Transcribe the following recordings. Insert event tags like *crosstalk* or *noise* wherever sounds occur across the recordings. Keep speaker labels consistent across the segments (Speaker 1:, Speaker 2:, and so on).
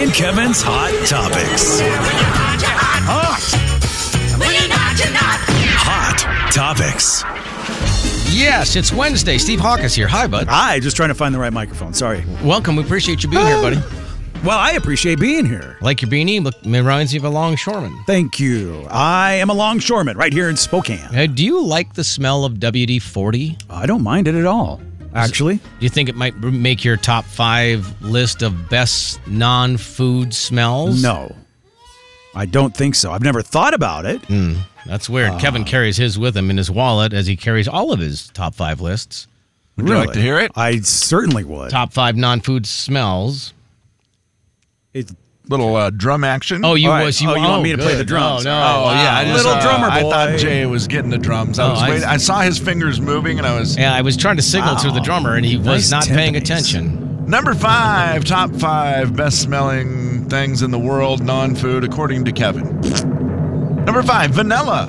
Speaker 1: and Kevin's Hot Topics. Hot Topics.
Speaker 2: Yes, it's Wednesday. Steve Hawkins here. Hi, bud.
Speaker 1: I just trying to find the right microphone. Sorry.
Speaker 2: Welcome. We appreciate you being here,
Speaker 1: *gasps*
Speaker 2: buddy.
Speaker 1: Well, I appreciate being here.
Speaker 2: Like your beanie, look, it reminds me of a longshoreman.
Speaker 1: Thank you. I am a longshoreman right here in Spokane.
Speaker 2: Uh, do you like the smell of WD 40? Do
Speaker 1: I don't mind it at all, actually.
Speaker 2: you think it might r- make your top five list of best non food smells?
Speaker 1: No, I don't think so. I've never thought about
Speaker 3: Mm.
Speaker 1: it.
Speaker 2: That's
Speaker 1: Uh.
Speaker 2: weird. Kevin carries his with him in his wallet as he carries all of his top five lists.
Speaker 3: Would you like to hear it?
Speaker 1: I certainly would.
Speaker 2: Top five non food smells.
Speaker 1: It's
Speaker 3: Little uh, drum action.
Speaker 2: Oh, you
Speaker 1: All right.
Speaker 2: was. You,
Speaker 1: Oh, you want me to play
Speaker 2: good.
Speaker 1: the drums?
Speaker 2: No, no.
Speaker 3: Oh, yeah. I
Speaker 2: wow.
Speaker 3: just,
Speaker 1: Little
Speaker 3: uh,
Speaker 1: drummer
Speaker 3: I
Speaker 1: boy.
Speaker 3: thought Jay was getting the drums. I
Speaker 2: Oh,
Speaker 3: was
Speaker 2: I-
Speaker 3: waiting. I saw his fingers moving, and I was
Speaker 2: Yeah, I was trying to signal to the drummer, and he
Speaker 1: Nice
Speaker 2: was not paying
Speaker 1: timpanies.
Speaker 2: attention.
Speaker 3: number five, top five best smelling things in the world, non-food, according to Kevin. Number five, vanilla.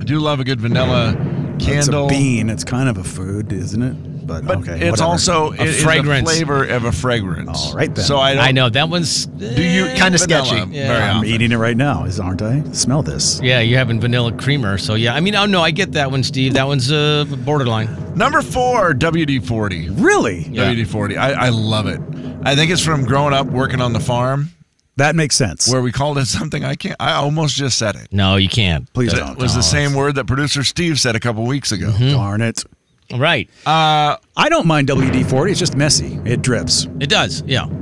Speaker 3: I do love a good vanilla
Speaker 1: it's a
Speaker 3: candle.
Speaker 1: bean. It's kind of a food, isn't it? But,
Speaker 3: But
Speaker 1: okay,
Speaker 3: it's
Speaker 1: whatever.
Speaker 3: also it is a
Speaker 2: fragrance.
Speaker 3: flavor of a fragrance.
Speaker 1: All right, then.
Speaker 3: So I don't.
Speaker 2: I know that one's. eh,
Speaker 3: Do you vanilla
Speaker 4: Kinda sketchy.
Speaker 2: Yeah.
Speaker 3: Very
Speaker 2: I'm
Speaker 1: I'm
Speaker 3: often.
Speaker 1: eating it right now, is aren't I? Smell this.
Speaker 2: Yeah, you're having vanilla creamer. So yeah, I mean, oh no, I get that one, Steve. That one's uh, borderline.
Speaker 3: Number four, WD forty.
Speaker 1: Really?
Speaker 2: Yeah.
Speaker 3: WD 40. I, I love it. I think it's from growing up working on the farm
Speaker 1: That makes sense.
Speaker 3: where we called it something I can't, I almost just said it.
Speaker 2: No, you can't.
Speaker 1: Please
Speaker 3: It
Speaker 1: don't. Mm-hmm.
Speaker 3: was
Speaker 1: Oh,
Speaker 3: the same word that producer Steve said a couple weeks ago.
Speaker 1: Darn it.
Speaker 2: Right.
Speaker 1: I don't mind WD 40. It's just messy. It drips.
Speaker 2: It does. Yeah. Doesn't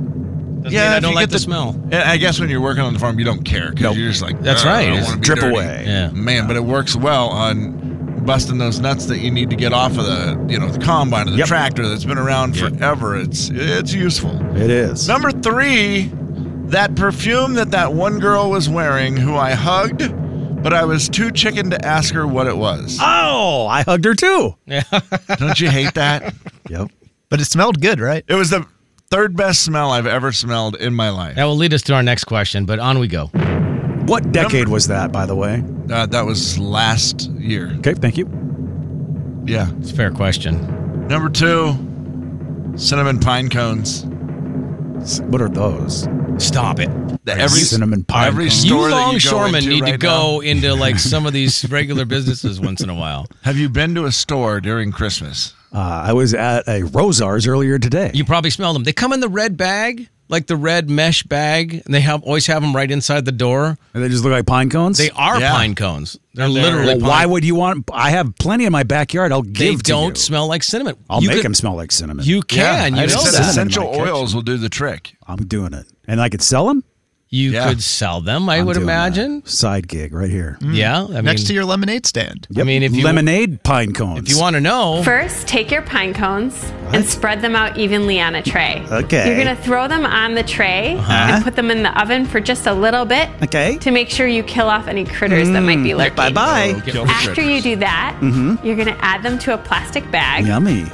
Speaker 2: mean I
Speaker 3: if
Speaker 2: don't
Speaker 3: you
Speaker 2: like
Speaker 3: get
Speaker 2: the, smell.
Speaker 3: And I guess when you're working on the farm, you don't care because
Speaker 1: Nope.
Speaker 3: you're just like,
Speaker 2: That's
Speaker 3: "Ugh,
Speaker 2: right.
Speaker 3: I don't
Speaker 2: It's
Speaker 3: wanna be
Speaker 1: drip
Speaker 3: dirty."
Speaker 1: away.
Speaker 2: Yeah.
Speaker 3: Man, but it works well on busting those nuts that you need to get off of the, you know, the combine or the
Speaker 1: Yep.
Speaker 3: tractor that's been around
Speaker 2: Yep.
Speaker 3: forever. It's it's useful.
Speaker 1: It is.
Speaker 3: Number three, that perfume that that one girl was wearing who I hugged, but I was too chicken to ask her what
Speaker 2: *laughs*
Speaker 3: it was.
Speaker 1: Oh, I hugged her too.
Speaker 3: Don't you hate that?
Speaker 1: Yep.
Speaker 4: But it smelled good, right?
Speaker 3: It was the third best smell I've ever smelled in my life.
Speaker 2: That will lead us to our next question, but on we go.
Speaker 1: What decade was that, by the way?
Speaker 3: Uh, that was last year.
Speaker 1: Okay, thank you.
Speaker 3: Yeah.
Speaker 2: It's a fair question.
Speaker 3: Number two, cinnamon pine cones.
Speaker 1: S- What are those?
Speaker 2: Stop it.
Speaker 3: The- every
Speaker 1: Cinnamon pine
Speaker 3: every
Speaker 1: cones.
Speaker 2: You
Speaker 3: store that you go
Speaker 2: longshoremen
Speaker 3: into
Speaker 2: need to
Speaker 3: right now-
Speaker 2: go into like some of these regular businesses once in a while.
Speaker 3: Have you been to a store during Christmas?
Speaker 1: Uh, I was at a Rosar's earlier today.
Speaker 2: You probably smell them. They come in the red bag, like the red mesh bag, and they have always have them right inside the door.
Speaker 1: And they just look like pine cones?
Speaker 2: They are
Speaker 3: Yeah.
Speaker 2: pine cones. They're, literally
Speaker 1: Well,
Speaker 2: pine.
Speaker 1: why would you want? I have plenty in my backyard. I'll
Speaker 2: they
Speaker 1: give to
Speaker 2: don't
Speaker 1: you.
Speaker 2: smell like cinnamon?
Speaker 1: I'll
Speaker 2: You
Speaker 1: make
Speaker 2: could-
Speaker 1: them smell like cinnamon.
Speaker 2: You can.
Speaker 1: I
Speaker 2: you
Speaker 3: It
Speaker 2: know
Speaker 1: just
Speaker 3: says
Speaker 2: that.
Speaker 1: cinnamon.
Speaker 3: essential
Speaker 1: in my kitchen.
Speaker 3: oils will do the trick.
Speaker 1: I'm doing it. And I could sell them?
Speaker 2: You
Speaker 3: Yeah.
Speaker 2: could sell them, I
Speaker 1: I'm
Speaker 2: would
Speaker 1: doing that. Mm.
Speaker 2: imagine.
Speaker 1: Side gig right here.
Speaker 2: Yeah. I
Speaker 4: Next
Speaker 2: mean,
Speaker 4: to your lemonade stand.
Speaker 1: Yep.
Speaker 2: mean, if you-
Speaker 1: lemonade pine cones.
Speaker 2: if you want to know,
Speaker 5: First, take your pine cones and spread them out evenly on a tray.
Speaker 1: Okay. Uh-huh.
Speaker 5: You're going to throw them on the tray and put them in the oven for just a little bit
Speaker 1: Okay. Mm,
Speaker 5: to make sure you kill off any critters that might be lurking.
Speaker 1: Bye bye.
Speaker 2: Get-
Speaker 5: After you do that,
Speaker 1: Mm-hmm.
Speaker 5: you're going to add them to a plastic bag.
Speaker 1: Yummy.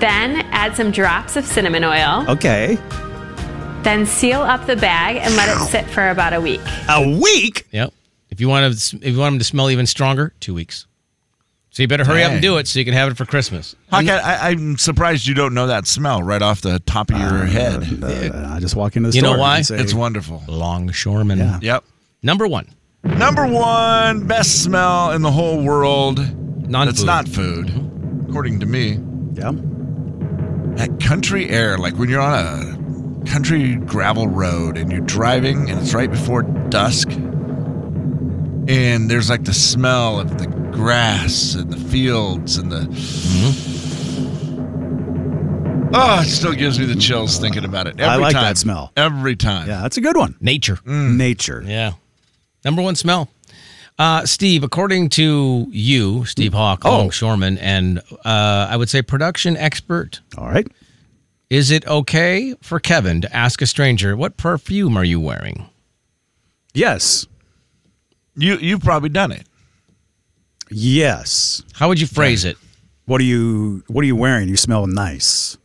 Speaker 5: Then add some drops of cinnamon oil.
Speaker 1: Okay.
Speaker 5: Then seal up the bag and let it sit for about a week.
Speaker 1: A week?
Speaker 2: yep. If you want to, if you want them to smell even stronger, two weeks. So you better hurry up and
Speaker 3: Dang.
Speaker 2: do it so you can have it for Christmas.
Speaker 3: Hawk, I, I, I'm surprised you don't know that smell right off the top of
Speaker 1: Ah,
Speaker 3: your head.
Speaker 1: Uh, I just walk into the
Speaker 2: You know
Speaker 1: store.
Speaker 2: why?
Speaker 1: and say,
Speaker 3: It's wonderful.
Speaker 2: Longshoreman.
Speaker 1: Yeah.
Speaker 3: Yep.
Speaker 2: Number one.
Speaker 3: Number one best smell in the whole world. That's
Speaker 2: Non-food.
Speaker 3: not food, according to me.
Speaker 1: Yeah.
Speaker 3: That country air, like when you're on a country gravel road and you're driving and it's right before dusk, and there's like the smell of the grass and the fields and the. Oh, it still gives me the chills thinking about it. Every
Speaker 1: Mm-hmm. I like that
Speaker 3: time.
Speaker 1: smell.
Speaker 3: Every time.
Speaker 1: Yeah, that's a good one.
Speaker 2: Nature.
Speaker 1: Nature.
Speaker 2: Yeah. Number one smell. Uh, Steve, according to you, Steve Hawk,
Speaker 1: Oh.
Speaker 2: longshoreman, and uh, I would say production expert,
Speaker 1: All right.
Speaker 2: is it okay for Kevin to ask a stranger, what perfume are you wearing?
Speaker 1: Yes.
Speaker 3: You you've probably done it.
Speaker 1: Yes.
Speaker 2: How would you phrase it?
Speaker 1: What are you what are you wearing? You smell nice.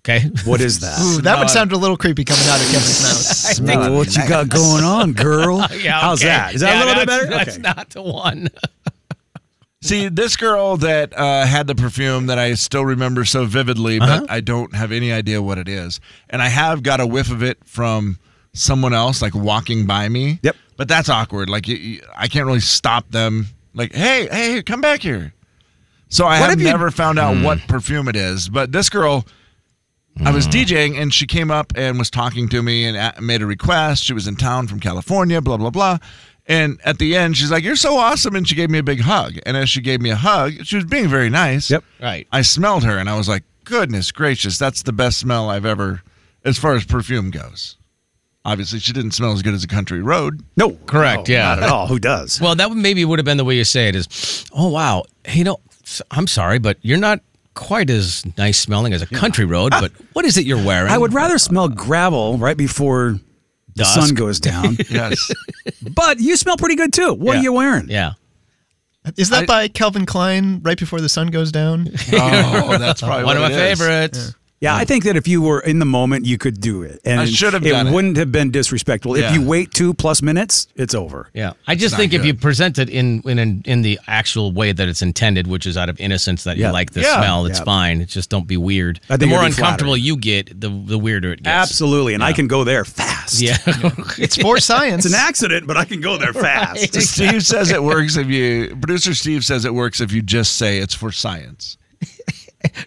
Speaker 2: Okay.
Speaker 1: What
Speaker 2: *laughs*
Speaker 1: is that?
Speaker 4: Ooh, that would sound a little creepy coming
Speaker 3: *laughs*
Speaker 4: out of Kevin's mouth.
Speaker 1: smell what you got going on, girl. How's
Speaker 2: okay.
Speaker 1: that? Is that a
Speaker 2: Yeah,
Speaker 1: little bit
Speaker 2: that's-
Speaker 1: better?
Speaker 2: That's
Speaker 1: okay.
Speaker 2: not the one.
Speaker 3: See, this girl that uh, had the perfume that I still remember so vividly, but
Speaker 1: Uh-huh.
Speaker 3: I don't have any idea what it is. And I have got a whiff of it from someone else, like walking by me.
Speaker 1: Yep.
Speaker 3: But that's awkward. Like, you, you- I can't really stop them. Like, hey, hey, come back here. So I have
Speaker 1: have you- Hmm.
Speaker 3: never found out what perfume it is. But this girl, I
Speaker 2: Mm.
Speaker 3: was DJing and she came up and was talking to me and a- made a request. She was in town from California, blah, blah, blah. And at the end, she's like, You're so awesome. And she gave me a big hug. And as she gave me a hug, she was being very nice.
Speaker 1: Yep.
Speaker 2: Right.
Speaker 3: I smelled her and I was like, Goodness gracious, that's the best smell I've ever, as far as perfume goes. Obviously, she didn't smell as good as a country road.
Speaker 1: No.
Speaker 2: Correct, yeah.
Speaker 1: Not at all. Who does?
Speaker 2: Well, that would- maybe would have been the way you say it is, oh, wow. You know, s- I'm sorry, but you're not quite as nice smelling as a country
Speaker 1: *laughs*
Speaker 2: road, but what is it you're wearing?
Speaker 1: I would rather smell gravel right before the
Speaker 2: Dusk.
Speaker 1: sun goes
Speaker 2: *laughs*
Speaker 1: down.
Speaker 3: *laughs* Yes.
Speaker 1: but you smell pretty good too. What
Speaker 2: Yeah.
Speaker 1: are you wearing?
Speaker 2: Yeah.
Speaker 4: Is that by Calvin Klein right before the sun goes down?
Speaker 3: oh, that's probably
Speaker 2: One of
Speaker 3: what
Speaker 2: my
Speaker 3: it is.
Speaker 2: favorites.
Speaker 1: Yeah,
Speaker 2: Mm.
Speaker 1: I think that if you were in the moment, you could do it, and
Speaker 3: I should have
Speaker 1: it
Speaker 3: done it.
Speaker 1: wouldn't have been disrespectful.
Speaker 3: Yeah.
Speaker 1: If you wait two plus minutes, it's over.
Speaker 2: Yeah, I just
Speaker 3: not
Speaker 2: think if you
Speaker 3: good.
Speaker 2: present it in in an- in the actual way that it's intended, which is out of innocence that you
Speaker 1: Yeah.
Speaker 2: like the
Speaker 3: Yeah.
Speaker 2: smell, it's
Speaker 1: Yeah.
Speaker 2: fine. It's just don't be weird.
Speaker 1: I think
Speaker 2: the
Speaker 1: it'd
Speaker 2: more
Speaker 1: be
Speaker 2: uncomfortable you get, the the weirder it gets.
Speaker 1: Absolutely, and I can go there fast. *laughs*
Speaker 2: *laughs* Yeah.
Speaker 4: It's for science.
Speaker 1: it's an accident, but I can
Speaker 2: *laughs*
Speaker 1: go there fast.
Speaker 3: Steve says it works if you, producer Steve says it works if you just say it's for science.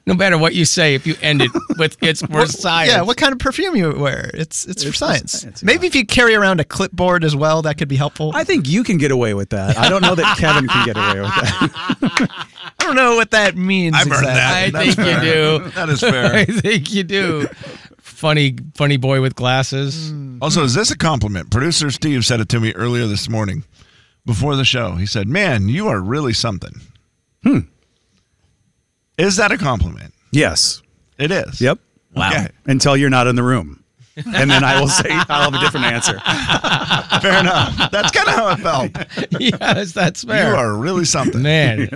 Speaker 2: no matter what you say, if you end it with it's for science.
Speaker 4: Yeah, what kind of perfume you wear? It's it's, for science.
Speaker 1: science,
Speaker 4: Maybe if you carry around a clipboard as well, that could be helpful.
Speaker 1: I think you can get away with that. I don't know
Speaker 2: *laughs*
Speaker 1: that Kevin can get away with that.
Speaker 4: I don't know what that means.
Speaker 3: I've heard
Speaker 4: exactly.
Speaker 3: that.
Speaker 2: I
Speaker 3: That's
Speaker 2: think you
Speaker 3: fair.
Speaker 2: do.
Speaker 3: *laughs* That
Speaker 2: *laughs*
Speaker 3: is
Speaker 2: I
Speaker 3: fair.
Speaker 2: think you do. Funny, funny boy with glasses.
Speaker 3: Also, is this a compliment? Producer Steve said it to me earlier this morning before the show. He said, Man, you are really something. Hmm. Is that a compliment?
Speaker 1: Yes.
Speaker 3: It is.
Speaker 1: Yep.
Speaker 2: Wow.
Speaker 3: Okay.
Speaker 1: Until you're not in the room, and then I will say I'll have a different answer.
Speaker 3: Fair enough. That's kind of how it
Speaker 2: *laughs*
Speaker 3: felt.
Speaker 2: *laughs* yes, that's fair.
Speaker 3: You are really something.
Speaker 2: Man,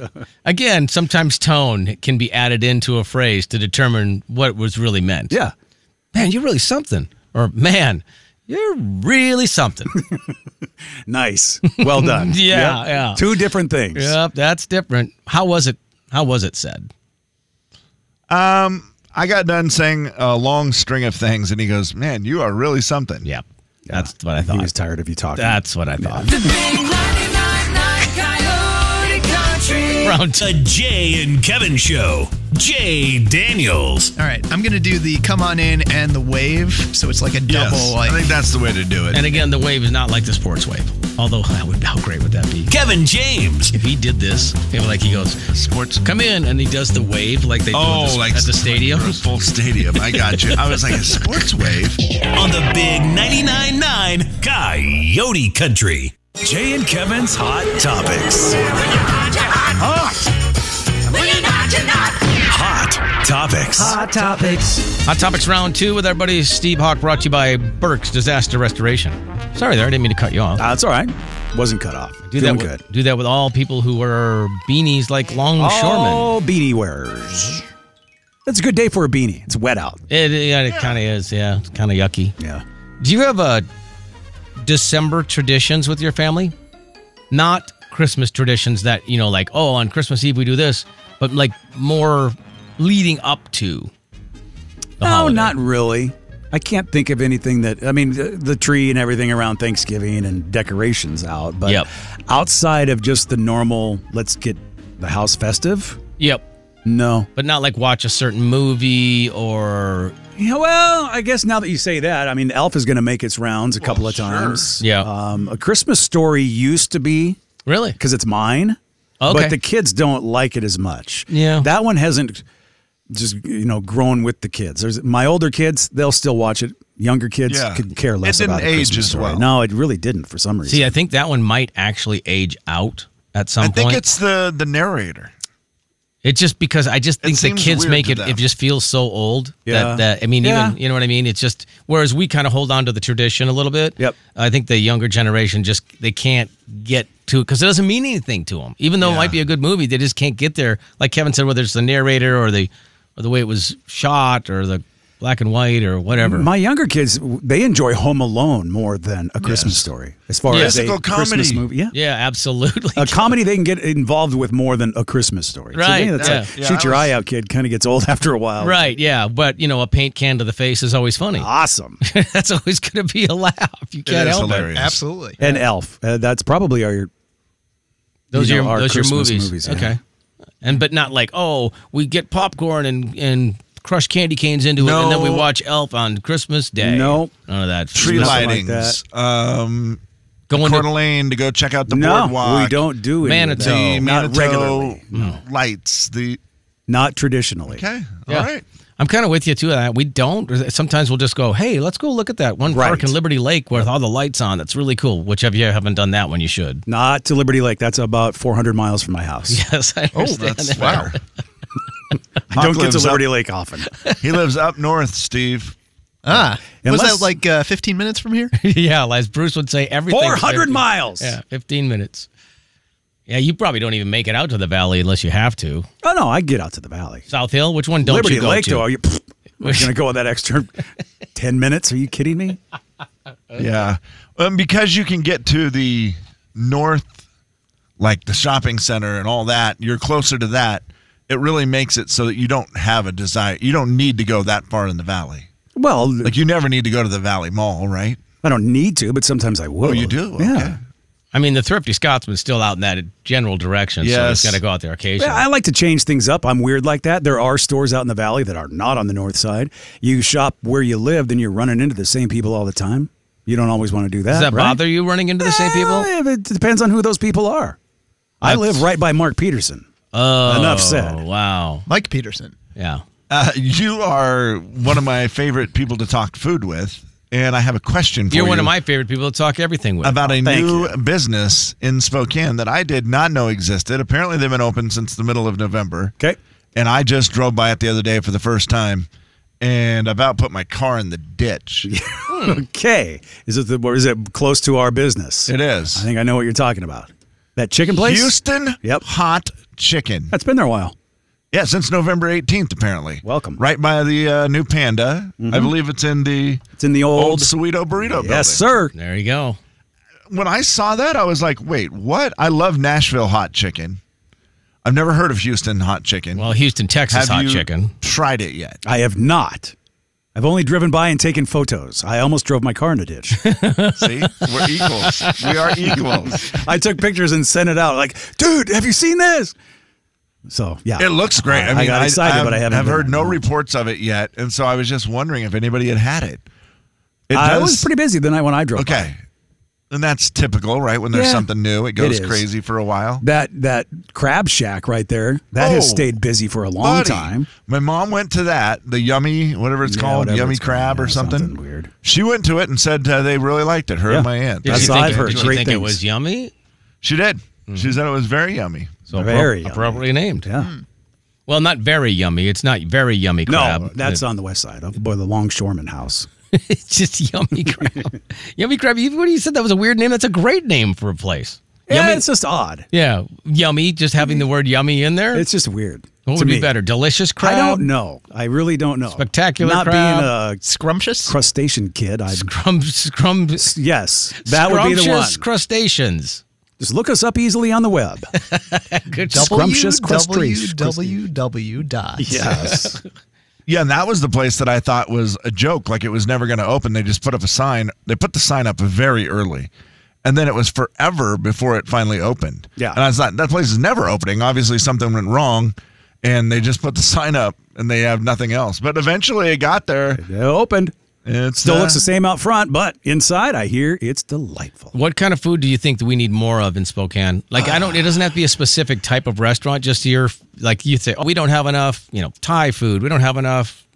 Speaker 2: again, sometimes tone can be added into a phrase to determine what was really meant.
Speaker 1: Yeah.
Speaker 2: man, you're really something. Or man, you're
Speaker 1: *laughs*
Speaker 2: really something.
Speaker 1: Nice. Well done.
Speaker 2: *laughs* Yeah, yeah.
Speaker 1: Two different things.
Speaker 2: yep, that's different. How was it? How was it said?
Speaker 3: I got done saying a long string of things, and he goes, Man, you are really something.
Speaker 2: Yep, that's what I
Speaker 1: He
Speaker 2: thought.
Speaker 1: was tired of you talking.
Speaker 2: That's what I thought.
Speaker 6: The big 999 Coyote Country.
Speaker 2: Round two.
Speaker 7: The Jay and Kevin Show. Jay Daniels.
Speaker 4: All right, I'm gonna do the come on in and the wave. So it's like a double.
Speaker 3: Yes.
Speaker 2: Oh,
Speaker 4: like,
Speaker 3: I think that's the way to do it.
Speaker 2: And again, the wave is not like the sports wave. Although, *laughs* how, would, how great would that be?
Speaker 7: Kevin James.
Speaker 2: If he did this, it, like he goes,
Speaker 3: sports.
Speaker 2: come in, and he does the wave like they
Speaker 1: Oh,
Speaker 2: do at the, at the stadium.
Speaker 3: Oh, like full stadium. I got you. I was like a sports wave.
Speaker 7: on the big 99.9 Coyote Country. Jay and Kevin's Hot Topics. Hot Topics.
Speaker 2: Hot Topics round two with our buddy Steve Hawk, brought to you by Burke's Disaster Restoration. Sorry there, I didn't mean to cut you off.
Speaker 1: Uh, that's all right. Wasn't cut off.
Speaker 2: Do
Speaker 1: Feeling
Speaker 2: that with,
Speaker 1: good.
Speaker 2: Do that with all people who wear beanies
Speaker 1: Oh.
Speaker 2: like longshoremen.
Speaker 1: All beanie wearers. That's a good day for a beanie. It's wet out.
Speaker 2: It, yeah, it kind of is. Yeah, it's kind of yucky.
Speaker 1: Yeah.
Speaker 2: Do you have a December traditions with your family? Not Christmas traditions that you know, like oh, on Christmas Eve we do this, but like more leading up to. The
Speaker 1: No,
Speaker 2: holiday.
Speaker 1: not really. I can't think of anything that I mean the, the tree and everything around Thanksgiving and decorations out, but
Speaker 2: Yep.
Speaker 1: outside of just the normal let's get the house festive.
Speaker 2: Yep,
Speaker 1: No.
Speaker 2: but not like watch a certain movie or
Speaker 1: Yeah, well, I guess now that you say that, I mean Elf is going to make its rounds a couple of times.
Speaker 2: Oh, Yeah.
Speaker 1: Um, a Christmas story used to be
Speaker 2: really.
Speaker 1: because it's mine.
Speaker 2: Okay.
Speaker 1: But the kids don't like it as much.
Speaker 2: Yeah.
Speaker 1: That one hasn't just you know grown with the kids. There's my older kids; they'll still watch it. Younger kids
Speaker 3: Yeah.
Speaker 1: could care less
Speaker 3: It didn't
Speaker 1: about a
Speaker 3: age
Speaker 1: Christmas
Speaker 3: as
Speaker 1: story.
Speaker 3: well.
Speaker 1: No, it really didn't for some reason.
Speaker 2: See, I think that one might actually age out at some
Speaker 3: I
Speaker 2: point.
Speaker 3: think it's the the narrator.
Speaker 2: It's just because I just think the
Speaker 3: seems
Speaker 2: kids
Speaker 3: weird
Speaker 2: make
Speaker 3: to
Speaker 2: it.
Speaker 3: them.
Speaker 2: It just feels so old.
Speaker 1: Yeah.
Speaker 2: That, that I mean,
Speaker 1: Yeah.
Speaker 2: even you know what I mean. It's just whereas we kind of hold on to the tradition a little bit.
Speaker 1: Yep.
Speaker 2: I think the younger generation just they can't get to it because it doesn't mean anything to them. Even though it might be a good movie, they just can't get there. Like Kevin said, whether it's the narrator or the or the way it was shot or the black and white or whatever.
Speaker 1: My younger kids, they enjoy Home Alone more than A Christmas Story, as far as a
Speaker 3: Musical
Speaker 1: Christmas
Speaker 3: comedy.
Speaker 1: movie. Yeah.
Speaker 2: yeah, absolutely.
Speaker 1: A comedy they can get involved with more than A Christmas Story. To
Speaker 2: Right,
Speaker 1: me, that's
Speaker 2: yeah.
Speaker 1: like,
Speaker 3: Yeah,
Speaker 1: shoot
Speaker 3: I
Speaker 1: your
Speaker 3: was-
Speaker 1: eye out, kid. Kind of gets old *laughs* after a while.
Speaker 2: *laughs* Right, yeah, but you know, a paint can to the face is always funny.
Speaker 1: Awesome.
Speaker 2: *laughs* That's always going to be a laugh. You
Speaker 3: Ah. It
Speaker 2: can't
Speaker 3: is
Speaker 2: help
Speaker 3: hilarious.
Speaker 4: Absolutely.
Speaker 1: and Elf. Uh, that's probably our.
Speaker 2: it. Those
Speaker 1: You
Speaker 2: are
Speaker 1: know,
Speaker 2: your,
Speaker 1: our
Speaker 2: those are your
Speaker 1: Christmas movies,
Speaker 2: movies.
Speaker 1: yeah.
Speaker 2: Okay, and but not like oh, we get popcorn and and crush candy canes into it, and then we
Speaker 3: No.
Speaker 2: watch Elf on Christmas Day.
Speaker 1: No.
Speaker 2: none of that.
Speaker 3: Tree
Speaker 1: Nothing like
Speaker 3: lightings. um,
Speaker 2: Going
Speaker 3: Coeur
Speaker 2: to,
Speaker 3: d'Alene to go check out the
Speaker 1: no,
Speaker 3: boardwalk.
Speaker 1: we don't do any of
Speaker 2: Manitou.
Speaker 1: that.
Speaker 3: The
Speaker 1: Not
Speaker 3: Manitou
Speaker 1: regularly.
Speaker 3: lights. The
Speaker 1: Not traditionally.
Speaker 3: okay,
Speaker 2: Yeah.
Speaker 3: all right.
Speaker 2: I'm kind of with you too. on that. We don't. Sometimes we'll just go, hey, let's go look at that one park
Speaker 1: Right.
Speaker 2: in Liberty Lake with all the lights on. That's really cool. Which of you haven't done that one? You should. *laughs*
Speaker 1: Not to Liberty Lake. That's about 400 miles from my house.
Speaker 2: Yes, I
Speaker 3: Oh,
Speaker 2: understand.
Speaker 3: that's
Speaker 2: that.
Speaker 3: wow.
Speaker 1: I don't get to
Speaker 3: Apocalypse
Speaker 1: Liberty Lake often.
Speaker 3: He lives up north, Steve.
Speaker 4: Ah, was
Speaker 1: Unless-
Speaker 4: that like uh, 15 minutes from here?
Speaker 2: *laughs* yeah, as Bruce would say, everything.
Speaker 1: 400 miles.
Speaker 2: Yeah, 15 minutes. Yeah, you probably don't even make it out to the valley unless you have to.
Speaker 1: Oh no, I get out to the valley.
Speaker 2: South Hill, which one don't
Speaker 1: Liberty
Speaker 2: you go
Speaker 1: Lake,
Speaker 2: to? *laughs*
Speaker 1: though, are you pfft, we're gonna go on that extra *laughs* ten minutes? Are you kidding me?
Speaker 3: Yeah, um, because you can get to the north, like the shopping center and all that. You're closer to that. It really makes it so that you don't have a desire. You don't need to go that far in the valley.
Speaker 1: Well,
Speaker 3: Like you never need to go to the Valley Mall, right?
Speaker 1: I don't need to, but sometimes I will.
Speaker 3: Oh, you do.
Speaker 1: Yeah.
Speaker 3: Okay.
Speaker 2: I mean, the thrifty Scotsman's still out in that general direction, so he's
Speaker 3: Yes.
Speaker 2: got to go out there occasionally.
Speaker 1: Yeah, I like to change things up. I'm weird like that. There are stores out in the valley that are not on the north side. You shop where you live, then you're running into the same people all the time. You don't always want to do that.
Speaker 2: Does that
Speaker 1: right?
Speaker 2: bother you running into the same people?
Speaker 1: Well, It depends on who those people are. I live right by Mark Peterson.
Speaker 2: Oh,
Speaker 1: Enough said.
Speaker 2: Wow.
Speaker 4: Mike Peterson.
Speaker 2: Yeah.
Speaker 3: Uh, you are one of my favorite people to talk food with, and I have a question for
Speaker 2: You're
Speaker 3: you
Speaker 2: one of my favorite people to talk everything with.
Speaker 3: about a
Speaker 1: Thank
Speaker 3: new business in Spokane that I did not know existed. Apparently, they've been open since the middle of November.
Speaker 1: Okay.
Speaker 3: And I just drove by it the other day for the first time, and about put my car in the ditch.
Speaker 1: Okay. Is it the, or is it close to our business?
Speaker 3: It is.
Speaker 1: I think I know what you're talking about. That chicken place?
Speaker 3: Houston
Speaker 1: Yep.
Speaker 3: Hot Chicken.
Speaker 1: That's been there a while.
Speaker 3: Yeah, since November 18th, apparently.
Speaker 1: Welcome.
Speaker 3: Right by the uh, new Panda. I believe it's in the
Speaker 1: It's in the old.
Speaker 3: old Sweeto Burrito
Speaker 1: yes, sir.
Speaker 3: building.
Speaker 2: there you go.
Speaker 3: When I saw that, I was like, wait, what? I love Nashville hot chicken. I've never heard of Houston hot chicken.
Speaker 2: Well, Houston, Texas
Speaker 3: Have
Speaker 2: hot
Speaker 3: you
Speaker 2: chicken.
Speaker 3: tried it yet?
Speaker 1: I have not. I've only driven by and taken photos. I almost drove my car in a
Speaker 3: *laughs*
Speaker 1: ditch.
Speaker 3: See? We're equals. We are equals.
Speaker 1: I took pictures and sent it out. Like, dude, have you seen this? So yeah,
Speaker 3: It looks great. I,
Speaker 1: I
Speaker 3: mean,
Speaker 1: got excited, but I haven't
Speaker 3: have
Speaker 1: been
Speaker 3: heard
Speaker 1: there.
Speaker 3: no reports of it yet, and so I was just wondering if anybody had had it. It
Speaker 1: I
Speaker 3: does-
Speaker 1: was pretty busy the night when I drove. by.
Speaker 3: okay, and that's typical, right? When there's
Speaker 1: Yeah.
Speaker 3: something new, it goes
Speaker 1: is.
Speaker 3: crazy for a while.
Speaker 1: That that crab shack right there that has
Speaker 3: Oh,
Speaker 1: stayed busy for a long
Speaker 3: Buddy,
Speaker 1: time.
Speaker 3: My mom went to that, the yummy, whatever it's
Speaker 1: Yeah,
Speaker 3: called,
Speaker 1: whatever
Speaker 3: yummy
Speaker 1: it's called,
Speaker 3: crab or
Speaker 1: yeah,
Speaker 3: something.
Speaker 1: something weird.
Speaker 3: She went to it and said uh, they really liked it. Her
Speaker 1: Yeah.
Speaker 3: and my aunt.
Speaker 2: Did
Speaker 1: That's
Speaker 2: you
Speaker 1: all
Speaker 2: think,
Speaker 1: I've heard.
Speaker 2: Did you
Speaker 1: Great Mm-hmm.
Speaker 2: think it
Speaker 1: things.
Speaker 2: was yummy?
Speaker 3: She did. She said it was very yummy.
Speaker 2: So appro-
Speaker 1: Very yummy.
Speaker 2: appropriately named.
Speaker 1: Yeah.
Speaker 2: Well, not very yummy. It's not very yummy crab.
Speaker 1: No, that's on the west side of boy, the Longshoreman House.
Speaker 2: *laughs* it's just
Speaker 1: *laughs*
Speaker 2: yummy crab. yummy crab. Even when you said that was a weird name, that's a great name for a place.
Speaker 1: Yeah,
Speaker 2: Yummy.
Speaker 1: it's just odd.
Speaker 2: Yeah, yummy. Just having the word yummy in there.
Speaker 1: It's just weird.
Speaker 2: what
Speaker 1: to
Speaker 2: would
Speaker 1: me.
Speaker 2: be better? Delicious crab.
Speaker 1: I don't know. I really don't know.
Speaker 2: Spectacular
Speaker 1: Not
Speaker 2: crab.
Speaker 1: being a
Speaker 4: Scrumptious?
Speaker 1: crustacean kid. I
Speaker 2: Scrum, scrum.
Speaker 1: yes, that would be the one.
Speaker 2: scrumptious crustaceans.
Speaker 1: Just look us up easily on the web.
Speaker 2: Good.
Speaker 1: Scrumptious crustra-
Speaker 4: www
Speaker 1: *laughs*
Speaker 4: dot.
Speaker 1: *laughs* Yes.
Speaker 3: Yeah, and that was the place that I thought was a joke, like it was never going to open. They just put up a sign. They put the sign up very early, and then it was forever before it finally opened.
Speaker 1: Yeah.
Speaker 3: and I was like, that place is never opening. Obviously, something went wrong, and they just put the *laughs* sign up, and they have nothing else. But eventually, it got there. uh,
Speaker 1: it opened.
Speaker 3: It
Speaker 1: Still looks the same out front, but inside, I hear it's delightful.
Speaker 2: What kind of food do you think that we need more of in Spokane? Like, I don't. It doesn't have to be a specific type of restaurant. Just your like you say. Oh, we don't have enough. You know, Thai food. We don't have enough.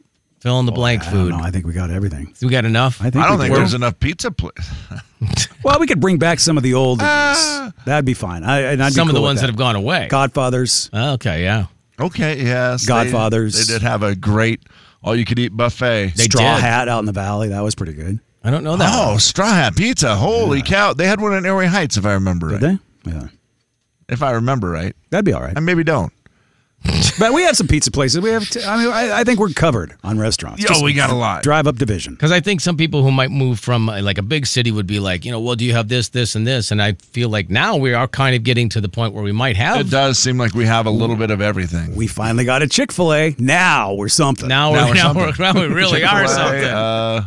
Speaker 2: Fill in the blank
Speaker 1: Oh, I don't
Speaker 2: food.
Speaker 1: know. I think we got everything.
Speaker 2: We got enough.
Speaker 1: I think.
Speaker 3: I don't
Speaker 1: we
Speaker 3: think
Speaker 1: do.
Speaker 3: there's enough pizza place.
Speaker 1: Well, we could bring back some of the old.
Speaker 3: Uh,
Speaker 1: ones. That'd be fine. I, and I'd be
Speaker 2: Some of the
Speaker 1: cool with
Speaker 2: ones that have gone away. Oh,
Speaker 1: Godfathers.
Speaker 2: Okay, yeah.
Speaker 3: Okay, yes, they-
Speaker 1: Godfathers.
Speaker 3: They, did have a great all-you-could-eat buffet.
Speaker 2: They
Speaker 1: straw
Speaker 2: did.
Speaker 1: hat out in the valley. That was pretty good.
Speaker 2: I don't know that.
Speaker 3: oh, straw hat pizza! Holy cow! They had one in Airway Heights, if I remember right.
Speaker 1: Did they? Yeah.
Speaker 3: If I remember right.
Speaker 1: That'd be all right.
Speaker 3: I maybe don't.
Speaker 1: But we have some pizza places. We have. T- I mean, I, I think we're covered on restaurants.
Speaker 3: Yo, we got a lot.
Speaker 1: Drive up division.
Speaker 2: Because I think some people who might move from uh, like a big city would be like, you know, well, do you have this, this, and this? And I feel like now we are kind of getting to the point where we might
Speaker 3: It
Speaker 2: have.
Speaker 3: does seem like we have a little bit of everything.
Speaker 1: We finally got a Chick Fil A. Now we're something.
Speaker 2: Now,
Speaker 3: Now
Speaker 2: we're, *laughs*
Speaker 3: we're
Speaker 2: now,
Speaker 3: something.
Speaker 2: we're, now
Speaker 3: *laughs*
Speaker 2: we really are
Speaker 3: Chick-fil-A,
Speaker 2: something.
Speaker 3: Uh,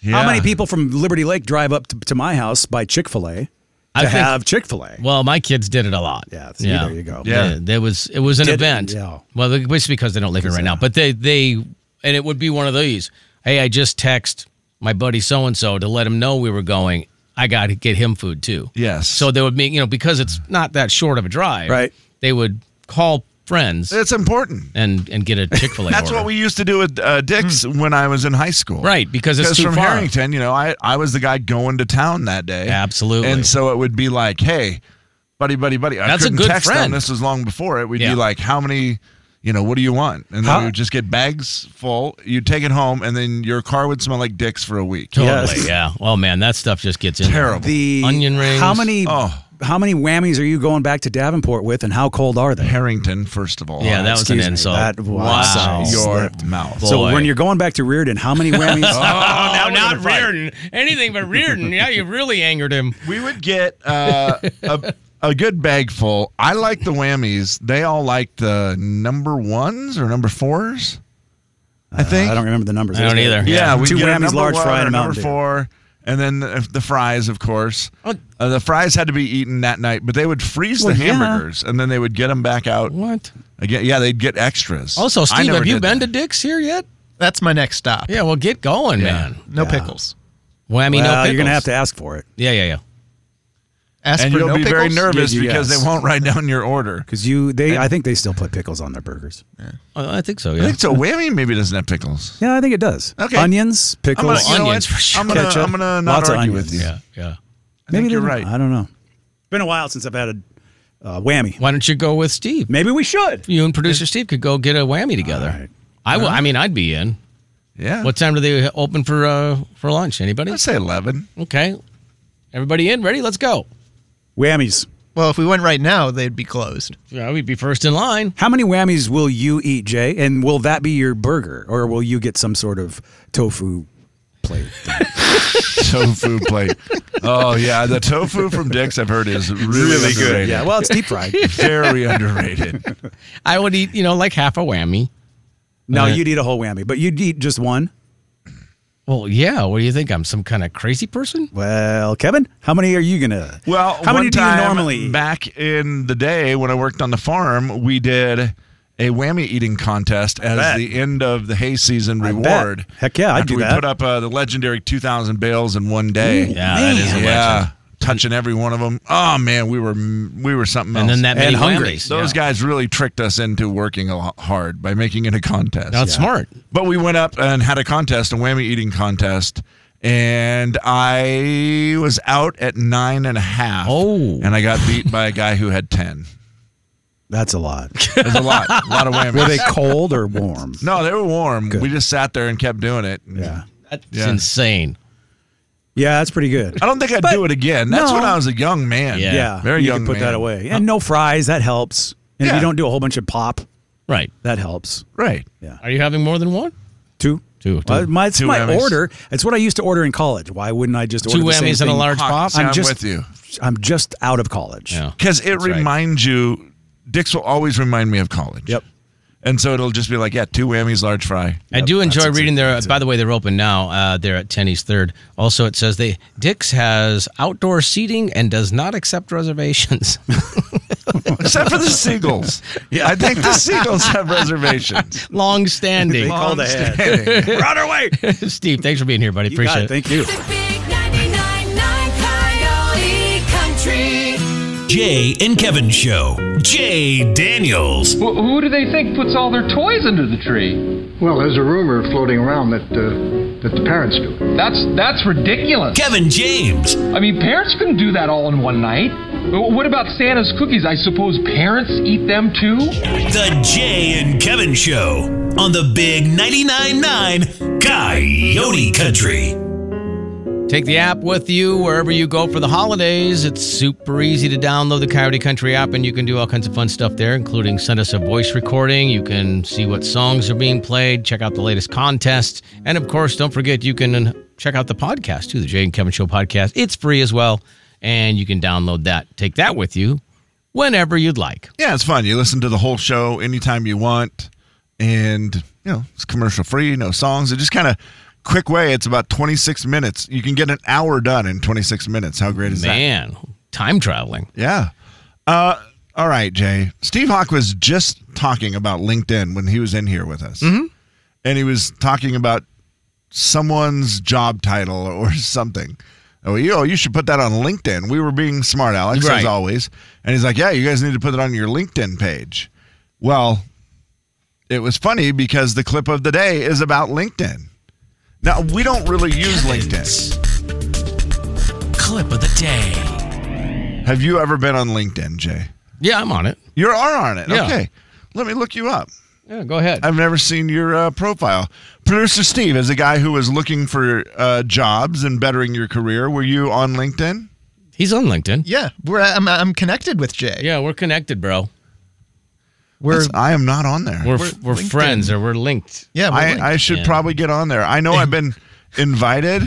Speaker 3: yeah.
Speaker 1: how many people from Liberty Lake drive up to, to my house by Chick Fil A to
Speaker 2: I think-
Speaker 1: have Chick Fil A?
Speaker 2: Well, my kids did it a lot.
Speaker 1: Yeah, see, there you go.
Speaker 3: Yeah.
Speaker 2: there was it was an
Speaker 1: Did-
Speaker 2: event.
Speaker 1: yeah.
Speaker 2: Well, it was because they don't live here right now, but they they and it would be one of these. Hey, I just text my buddy so and so to let him know we were going. I got to get him food too.
Speaker 3: Yes.
Speaker 2: So they would be you know because it's not that short of a drive.
Speaker 1: Right.
Speaker 2: They would call friends
Speaker 3: It's important.
Speaker 2: and and get a Chick Fil A.
Speaker 3: *laughs* That's what we used to do with uh, Dick's
Speaker 2: Hmm.
Speaker 3: when I was in high school.
Speaker 2: Right, because it's
Speaker 3: Because
Speaker 2: too
Speaker 3: from
Speaker 2: far.
Speaker 3: Harrington, you know, I, I was the guy going to town that day.
Speaker 2: Absolutely.
Speaker 3: And so it would be like, hey, buddy, buddy, buddy. I
Speaker 2: That's a
Speaker 3: couldn't
Speaker 2: good
Speaker 3: text them.
Speaker 2: friend.
Speaker 3: This was long before it. We'd
Speaker 2: Yeah.
Speaker 3: be like, how many, you know, what do you want? And then
Speaker 1: How-
Speaker 3: we would just get bags full. You'd take it home, and then your car would smell like Dick's for a week.
Speaker 2: Totally.
Speaker 1: Yes.
Speaker 2: Yeah. Oh man, that stuff just gets in. there.
Speaker 3: Terrible.
Speaker 1: the
Speaker 2: Onion rings.
Speaker 1: How many?
Speaker 3: Oh.
Speaker 1: How many whammies are you going back to Davenport with, and how cold are they?
Speaker 3: Harrington, first of all.
Speaker 2: Yeah, that was
Speaker 1: Oh,
Speaker 2: an
Speaker 1: Excuse me,
Speaker 2: insult.
Speaker 1: that was-
Speaker 2: wow.
Speaker 1: Sorry. *laughs*
Speaker 3: your
Speaker 1: slipped.
Speaker 3: mouth. *laughs*
Speaker 1: So
Speaker 2: boy.
Speaker 1: when you're going back to Reardon, how many whammies?
Speaker 2: *laughs* Oh, not Reardon. Anything but Reardon. Yeah, you really angered him.
Speaker 3: We would get uh, a, a good bag full. I like the whammies. They all like the number ones or number fours. I think.
Speaker 1: Uh, I don't remember the numbers.
Speaker 2: I don't either.
Speaker 3: yeah,
Speaker 2: yeah.
Speaker 3: we
Speaker 1: Two
Speaker 3: get a
Speaker 1: whammies,
Speaker 3: number
Speaker 1: large
Speaker 3: one
Speaker 1: fry, and
Speaker 3: or
Speaker 1: a Mountain
Speaker 3: number
Speaker 1: Dew.
Speaker 3: four, and then the, the fries, of course.
Speaker 2: Oh.
Speaker 3: Uh, the fries had to be eaten that night, but they would freeze
Speaker 1: Well,
Speaker 3: the
Speaker 1: yeah.
Speaker 3: hamburgers and then they would get them back out
Speaker 2: What?
Speaker 3: again. Yeah, they'd get extras.
Speaker 2: Also,
Speaker 3: I
Speaker 2: Steve,
Speaker 3: never
Speaker 2: have you
Speaker 3: did
Speaker 2: been
Speaker 3: that.
Speaker 2: to Dick's here yet?
Speaker 4: That's my next stop.
Speaker 2: Yeah, well, get going, man.
Speaker 4: No pickles.
Speaker 2: Whammy, no
Speaker 1: Well,
Speaker 2: Uh, pickles.
Speaker 1: you're gonna have to ask for it
Speaker 2: Yeah, yeah, yeah.
Speaker 4: Ask
Speaker 3: And
Speaker 4: for
Speaker 3: you'll
Speaker 4: no
Speaker 3: be
Speaker 4: pickles.
Speaker 3: very nervous
Speaker 1: Yeah,
Speaker 3: because
Speaker 1: yes.
Speaker 3: they won't write down your order.
Speaker 1: because you. They. I think they still put pickles on their burgers.
Speaker 2: Oh, I think so.
Speaker 3: I
Speaker 2: Yeah.
Speaker 3: think so. Whammy maybe doesn't have pickles.
Speaker 1: Yeah, I think it does.
Speaker 3: Okay.
Speaker 1: Onions,
Speaker 3: I'm gonna,
Speaker 1: pickles.
Speaker 3: you know
Speaker 2: Onions,
Speaker 3: what?
Speaker 2: for sure.
Speaker 3: I'm gonna,
Speaker 1: Ketchup.
Speaker 3: I'm gonna not
Speaker 1: Lots of
Speaker 3: argue
Speaker 1: onions.
Speaker 3: with you.
Speaker 2: Yeah, yeah.
Speaker 3: I think
Speaker 1: they
Speaker 3: you're
Speaker 1: don't.
Speaker 3: right.
Speaker 1: I don't know. Been a while since I've had a uh, whammy.
Speaker 2: Why don't you go with Steve?
Speaker 1: Maybe we should.
Speaker 2: You and producer Steve could go get a whammy together.
Speaker 1: All right.
Speaker 2: I will. I mean, I'd be in.
Speaker 3: Yeah.
Speaker 2: What time do they open for uh for lunch? Anybody?
Speaker 3: I say eleven.
Speaker 2: Okay. Everybody in? Ready? Let's go.
Speaker 1: Whammies.
Speaker 4: Well, if we went right now, they'd be closed.
Speaker 2: Yeah, we'd be first in line.
Speaker 1: How many whammies will you eat, Jay? And will that be your burger, or will you get some sort of tofu plate? thing?
Speaker 2: *laughs*
Speaker 3: tofu plate. Oh yeah, the tofu from Dick's I've heard is really, underrated.
Speaker 1: Yeah. Well, it's deep fried.
Speaker 3: Very underrated.
Speaker 2: I would eat, you know, like half a whammy.
Speaker 1: no,
Speaker 2: Okay.
Speaker 1: you'd eat a whole whammy, but you'd eat just one.
Speaker 2: Well, yeah. What do you think? I'm some kind of crazy person?
Speaker 1: Well, Kevin, how many are you gonna?
Speaker 3: Well,
Speaker 1: how many
Speaker 3: one
Speaker 1: do you
Speaker 3: time
Speaker 1: normally? eat?
Speaker 3: Back in the day when I worked on the farm, we did a whammy eating contest as
Speaker 1: bet.
Speaker 3: the end of the hay season
Speaker 1: I bet.
Speaker 3: reward.
Speaker 1: Heck yeah, I'd
Speaker 3: After
Speaker 1: do
Speaker 3: we
Speaker 1: that.
Speaker 3: put up uh, the legendary 2,000 bales in one day.
Speaker 2: Yeah, that is a legend.
Speaker 3: yeah, touching every one of them. Oh man, we were we were something
Speaker 2: And
Speaker 3: else.
Speaker 2: then that
Speaker 1: And
Speaker 2: many
Speaker 1: hungry.
Speaker 2: whammies.
Speaker 3: those
Speaker 2: Yeah.
Speaker 3: guys really tricked us into working a lot hard by making it a contest.
Speaker 2: That's smart.
Speaker 3: But we went up and had a contest, a whammy eating contest. And I was out at nine and a half.
Speaker 2: Oh.
Speaker 3: And I got beat by a guy who had 10.
Speaker 1: That's a lot.
Speaker 3: There's
Speaker 2: *laughs*
Speaker 3: a lot, a lot of whammies.
Speaker 1: Were they cold or
Speaker 3: *laughs*
Speaker 1: warm?
Speaker 3: no, they were warm. We just sat there and kept doing it.
Speaker 1: Yeah.
Speaker 2: That's
Speaker 3: Yeah.
Speaker 2: insane.
Speaker 1: Yeah, that's pretty good.
Speaker 3: I don't think I'd
Speaker 1: But-
Speaker 3: do it again. That's
Speaker 1: No.
Speaker 3: when I was a young man.
Speaker 2: Yeah.
Speaker 1: Yeah,
Speaker 3: Very
Speaker 1: you
Speaker 3: young
Speaker 1: can put
Speaker 3: man. Uh,
Speaker 1: that away. And no fries, that helps. And if
Speaker 3: Yeah.
Speaker 1: you don't do a whole bunch of pop,
Speaker 2: Right.
Speaker 1: that helps.
Speaker 3: Right.
Speaker 2: Are you having more than one?
Speaker 1: Two.
Speaker 2: Two, two.
Speaker 1: Uh, my, it's
Speaker 3: Two
Speaker 1: my
Speaker 3: whammies.
Speaker 1: order. It's what I used to order in college. Why wouldn't I just
Speaker 2: Two
Speaker 1: order the same
Speaker 2: whammies and a
Speaker 1: thing?
Speaker 2: large pop.
Speaker 3: See, I'm,
Speaker 1: just-
Speaker 3: with you.
Speaker 1: I'm just out of college.
Speaker 2: Yeah.
Speaker 3: Because it
Speaker 2: right.
Speaker 3: reminds you, Dix will always remind me of college.
Speaker 1: Yep.
Speaker 3: And so it'll just be like, yeah, two whammies, large fry.
Speaker 2: I do
Speaker 1: that's
Speaker 2: enjoy
Speaker 1: exactly-
Speaker 2: reading their.
Speaker 1: that's
Speaker 2: By the way, they're open now. Uh, they're at Tenny's Third. Also, it says they Dick's has outdoor seating and does not accept reservations. *laughs*
Speaker 3: Except for the seagulls. yeah. I think the seagulls
Speaker 2: *laughs*
Speaker 3: have reservations.
Speaker 2: Long standing.
Speaker 1: called ahead.
Speaker 3: Standing. *laughs*
Speaker 1: We're on our way. You
Speaker 2: *laughs* Steve, thanks for being here, buddy.
Speaker 1: got
Speaker 2: Appreciate
Speaker 1: it.
Speaker 2: it.
Speaker 1: Thank you.
Speaker 6: The big 99.9 Coyote Country.
Speaker 7: Jay and Kevin Show. Jay Daniels.
Speaker 8: Wh- who do they think puts all their toys under the tree?
Speaker 9: Well, there's a rumor floating around that uh, that the parents do it.
Speaker 8: That's that's ridiculous.
Speaker 7: Kevin James.
Speaker 8: I mean, parents couldn't do that all in one night. Wh- What about Santa's cookies? I suppose parents eat them too.
Speaker 7: The Jay and Kevin Show on the Big 99.9 Coyote Country.
Speaker 2: Take the app with you wherever you go for the holidays. It's super easy to download the Coyote Country app, and you can do all kinds of fun stuff there, including send us a voice recording. You can see what songs are being played, check out the latest contests, and of course, don't forget you can check out the podcast too, the Jay and Kevin Show podcast. It's free as well, and you can download that. Take that with you whenever you'd like.
Speaker 3: Yeah, it's fun. You listen to the whole show anytime you want, and you know it's commercial free, no songs. It just kind of quick way. It's about twenty six minutes. You can get an hour done in twenty six minutes. How great is
Speaker 2: Man, time traveling.
Speaker 3: that? Yeah. Uh, all right, Jay. Steve Hawk was just talking about LinkedIn when he was in here with us, mm-hmm. and he was talking about someone's job title or *laughs* something. Oh, you, oh, you should put that on LinkedIn. We were being smart, Alex, as
Speaker 2: Right.
Speaker 3: always. And he's like, yeah, you guys need to put it on your LinkedIn page. Well, it was funny because the clip of the day is about LinkedIn. Now, we don't really use LinkedIn.
Speaker 7: Clip of the day.
Speaker 3: Have you ever been on LinkedIn, Jay?
Speaker 2: Yeah, I'm on it.
Speaker 3: You are on it.
Speaker 2: Yeah.
Speaker 3: Okay. Let me look you up.
Speaker 2: Yeah, go ahead.
Speaker 3: I've never seen your uh, profile. Producer Steve is a guy who was looking for uh, jobs and bettering your career. Were you on LinkedIn?
Speaker 2: He's on LinkedIn.
Speaker 4: Yeah, we're I'm, I'm connected with Jay.
Speaker 2: Yeah, we're connected, bro.
Speaker 4: We're
Speaker 3: That's- I am not on there.
Speaker 2: We're we're, friends or we're linked.
Speaker 4: yeah, we're linked.
Speaker 3: I, I should
Speaker 2: Yeah.
Speaker 3: probably get on there. I know I've been invited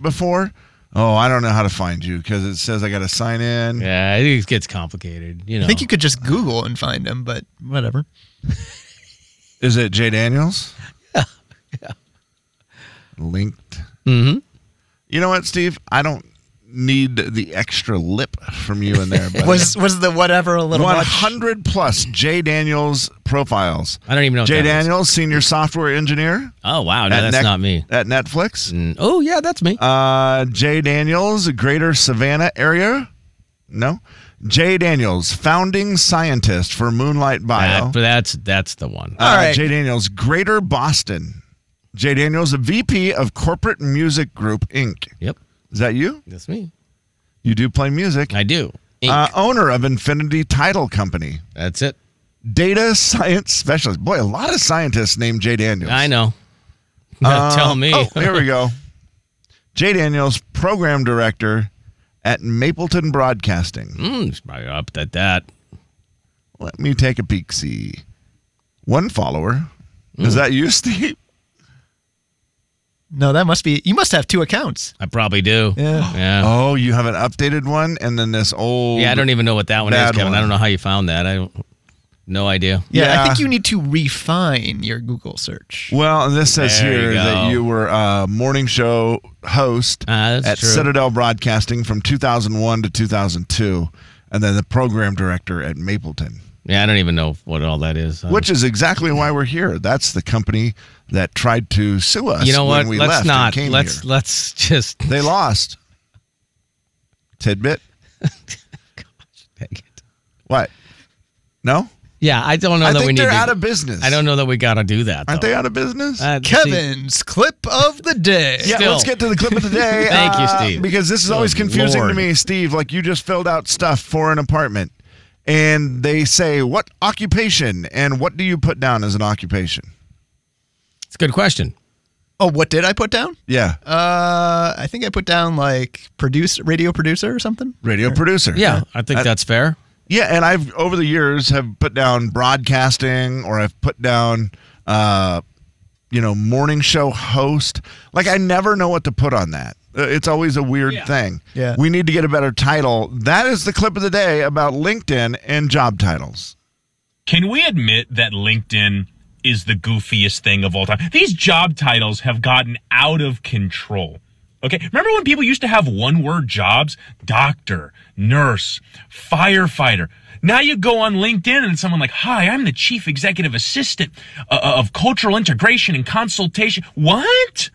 Speaker 3: before. Oh, I don't know how to find you because it says I got to sign in.
Speaker 2: Yeah, it gets complicated. You know,
Speaker 4: I think you could just Google and find him, but whatever.
Speaker 3: Is it Jay Daniels? Yeah. Linked. Mm-hmm. You know what, Steve? I don't need the extra lip from you in there. buddy.
Speaker 4: Was was the whatever a little much?
Speaker 3: 100 plus Jay Daniels profiles.
Speaker 2: I don't even know. what
Speaker 3: Jay
Speaker 2: that is.
Speaker 3: Daniels, senior software engineer.
Speaker 2: Oh wow, no,
Speaker 3: at
Speaker 2: that's
Speaker 3: Nec-
Speaker 2: not me.
Speaker 3: At Netflix.
Speaker 2: Mm, Oh yeah, that's me.
Speaker 3: Uh, Jay Daniels, Greater Savannah area. No. Jay Daniels, founding scientist for Moonlight Bio.
Speaker 2: That- but that's that's the one.
Speaker 3: Uh,
Speaker 4: All right.
Speaker 3: Jay Daniels, Greater Boston. Jay Daniels, a VP of Corporate Music Group Inc.
Speaker 2: yep,
Speaker 3: Is that you?
Speaker 2: that's me.
Speaker 3: You do play music.
Speaker 2: I do. Ink.
Speaker 3: Uh, owner of Infinity Title Company.
Speaker 2: that's it.
Speaker 3: Data science specialist. Boy, a lot of scientists named Jay Daniels.
Speaker 2: I know. *laughs*
Speaker 3: Uh,
Speaker 2: Tell me.
Speaker 3: Oh, here we go. Jay Daniels, program director at Mapleton Broadcasting.
Speaker 2: *laughs* Mm, it's probably up at that.
Speaker 3: Let me take a peek. See, one follower. Is
Speaker 2: Mm.
Speaker 3: that you, Steve?
Speaker 4: no, that must be. You must have two accounts.
Speaker 2: I probably do.
Speaker 4: Yeah.
Speaker 2: Yeah.
Speaker 3: Oh, you have an updated one, and then this old.
Speaker 2: yeah, I don't even know what that one is,
Speaker 3: Bad
Speaker 2: Kevin. I
Speaker 3: one.
Speaker 2: don't know how you found that. I don't. No idea.
Speaker 4: Yeah, I think
Speaker 3: Yeah.
Speaker 4: you need to refine your Google search.
Speaker 3: Well, and this says
Speaker 2: There you
Speaker 3: here
Speaker 2: go.
Speaker 3: that you were a morning show host
Speaker 2: Ah, that's
Speaker 3: at
Speaker 2: true.
Speaker 3: Citadel Broadcasting from 2001 to 2002, and then the program director at Mapleton,
Speaker 2: Yeah, I don't even know what all that is. Um,
Speaker 3: which is exactly why we're here. That's the company that tried to sue us.
Speaker 2: you know what?
Speaker 3: When we
Speaker 2: let's
Speaker 3: left and
Speaker 2: not.
Speaker 3: came
Speaker 2: Let's
Speaker 3: here.
Speaker 2: let's just. *laughs*
Speaker 3: They lost. Tidbit. What? No.
Speaker 2: Yeah, I don't know
Speaker 3: I
Speaker 2: that we
Speaker 3: think
Speaker 2: need.
Speaker 3: they're
Speaker 2: to,
Speaker 3: out of business.
Speaker 2: I don't know that we got to do that.
Speaker 3: Aren't
Speaker 2: though.
Speaker 3: they out of business?
Speaker 2: Uh, see-
Speaker 4: Kevin's clip of the day.
Speaker 3: Yeah,
Speaker 2: Still.
Speaker 3: let's get to the clip of the day.
Speaker 2: *laughs*
Speaker 3: Uh,
Speaker 2: Thank you, Steve. Oh,
Speaker 3: Because this is always confusing
Speaker 2: Lord.
Speaker 3: to me, Steve. Like you just filled out stuff for an apartment, and they say what occupation and what do you put down as an occupation?
Speaker 2: it's a good question.
Speaker 4: Oh, what did I put down?
Speaker 3: Yeah,
Speaker 4: Uh, I think I put down like produce radio producer or something.
Speaker 3: radio producer.
Speaker 2: Yeah, I think that's fair.
Speaker 3: yeah. And I've over the years have put down broadcasting, or I've put down, uh, you know, morning show host. Like I never know what to put on that. Uh, It's always a weird thing.
Speaker 4: Yeah.
Speaker 3: We need to get a better title. That is the clip of the day about LinkedIn and job titles.
Speaker 10: Can we admit that LinkedIn is the goofiest thing of all time? These job titles have gotten out of control. Okay, remember when people used to have one word jobs? Doctor, nurse, firefighter. Now you go on LinkedIn and someone like, Hi, I'm the chief executive assistant uh, uh, of cultural integration and consultation. What?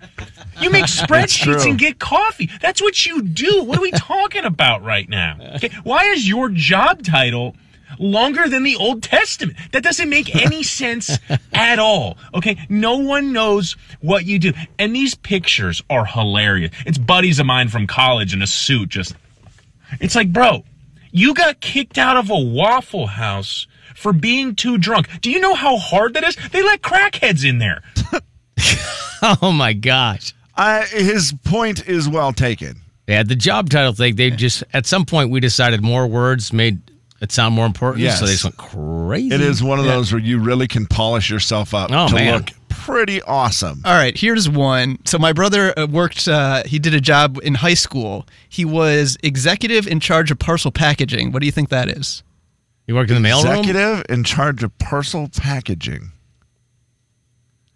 Speaker 10: You make spreadsheets
Speaker 3: true.
Speaker 10: and get coffee. That's what you do. What are we talking about right now? Okay. Why is your job title longer than the Old Testament? That doesn't make any sense at all. Okay. No one knows what you do. And these pictures are hilarious. It's buddies of mine from college in a suit just it's like, bro, you got kicked out of a Waffle House for being too drunk. Do you know how hard that is? They let crackheads in there.
Speaker 2: *laughs* Oh my gosh.
Speaker 3: I, his point is well taken.
Speaker 2: They had the job title thing. They just at some point we decided more words made it sound more important. So they
Speaker 3: Yes.
Speaker 2: just went crazy.
Speaker 3: It is one of those where you really can polish yourself up
Speaker 2: Oh,
Speaker 3: to
Speaker 2: man.
Speaker 3: look pretty awesome.
Speaker 4: All right, here's one. So my brother uh, worked. Uh, he did a job in high school. He was executive in charge of parcel packaging. What do you think that is?
Speaker 2: You worked in the mailroom.
Speaker 3: Executive in charge of parcel packaging.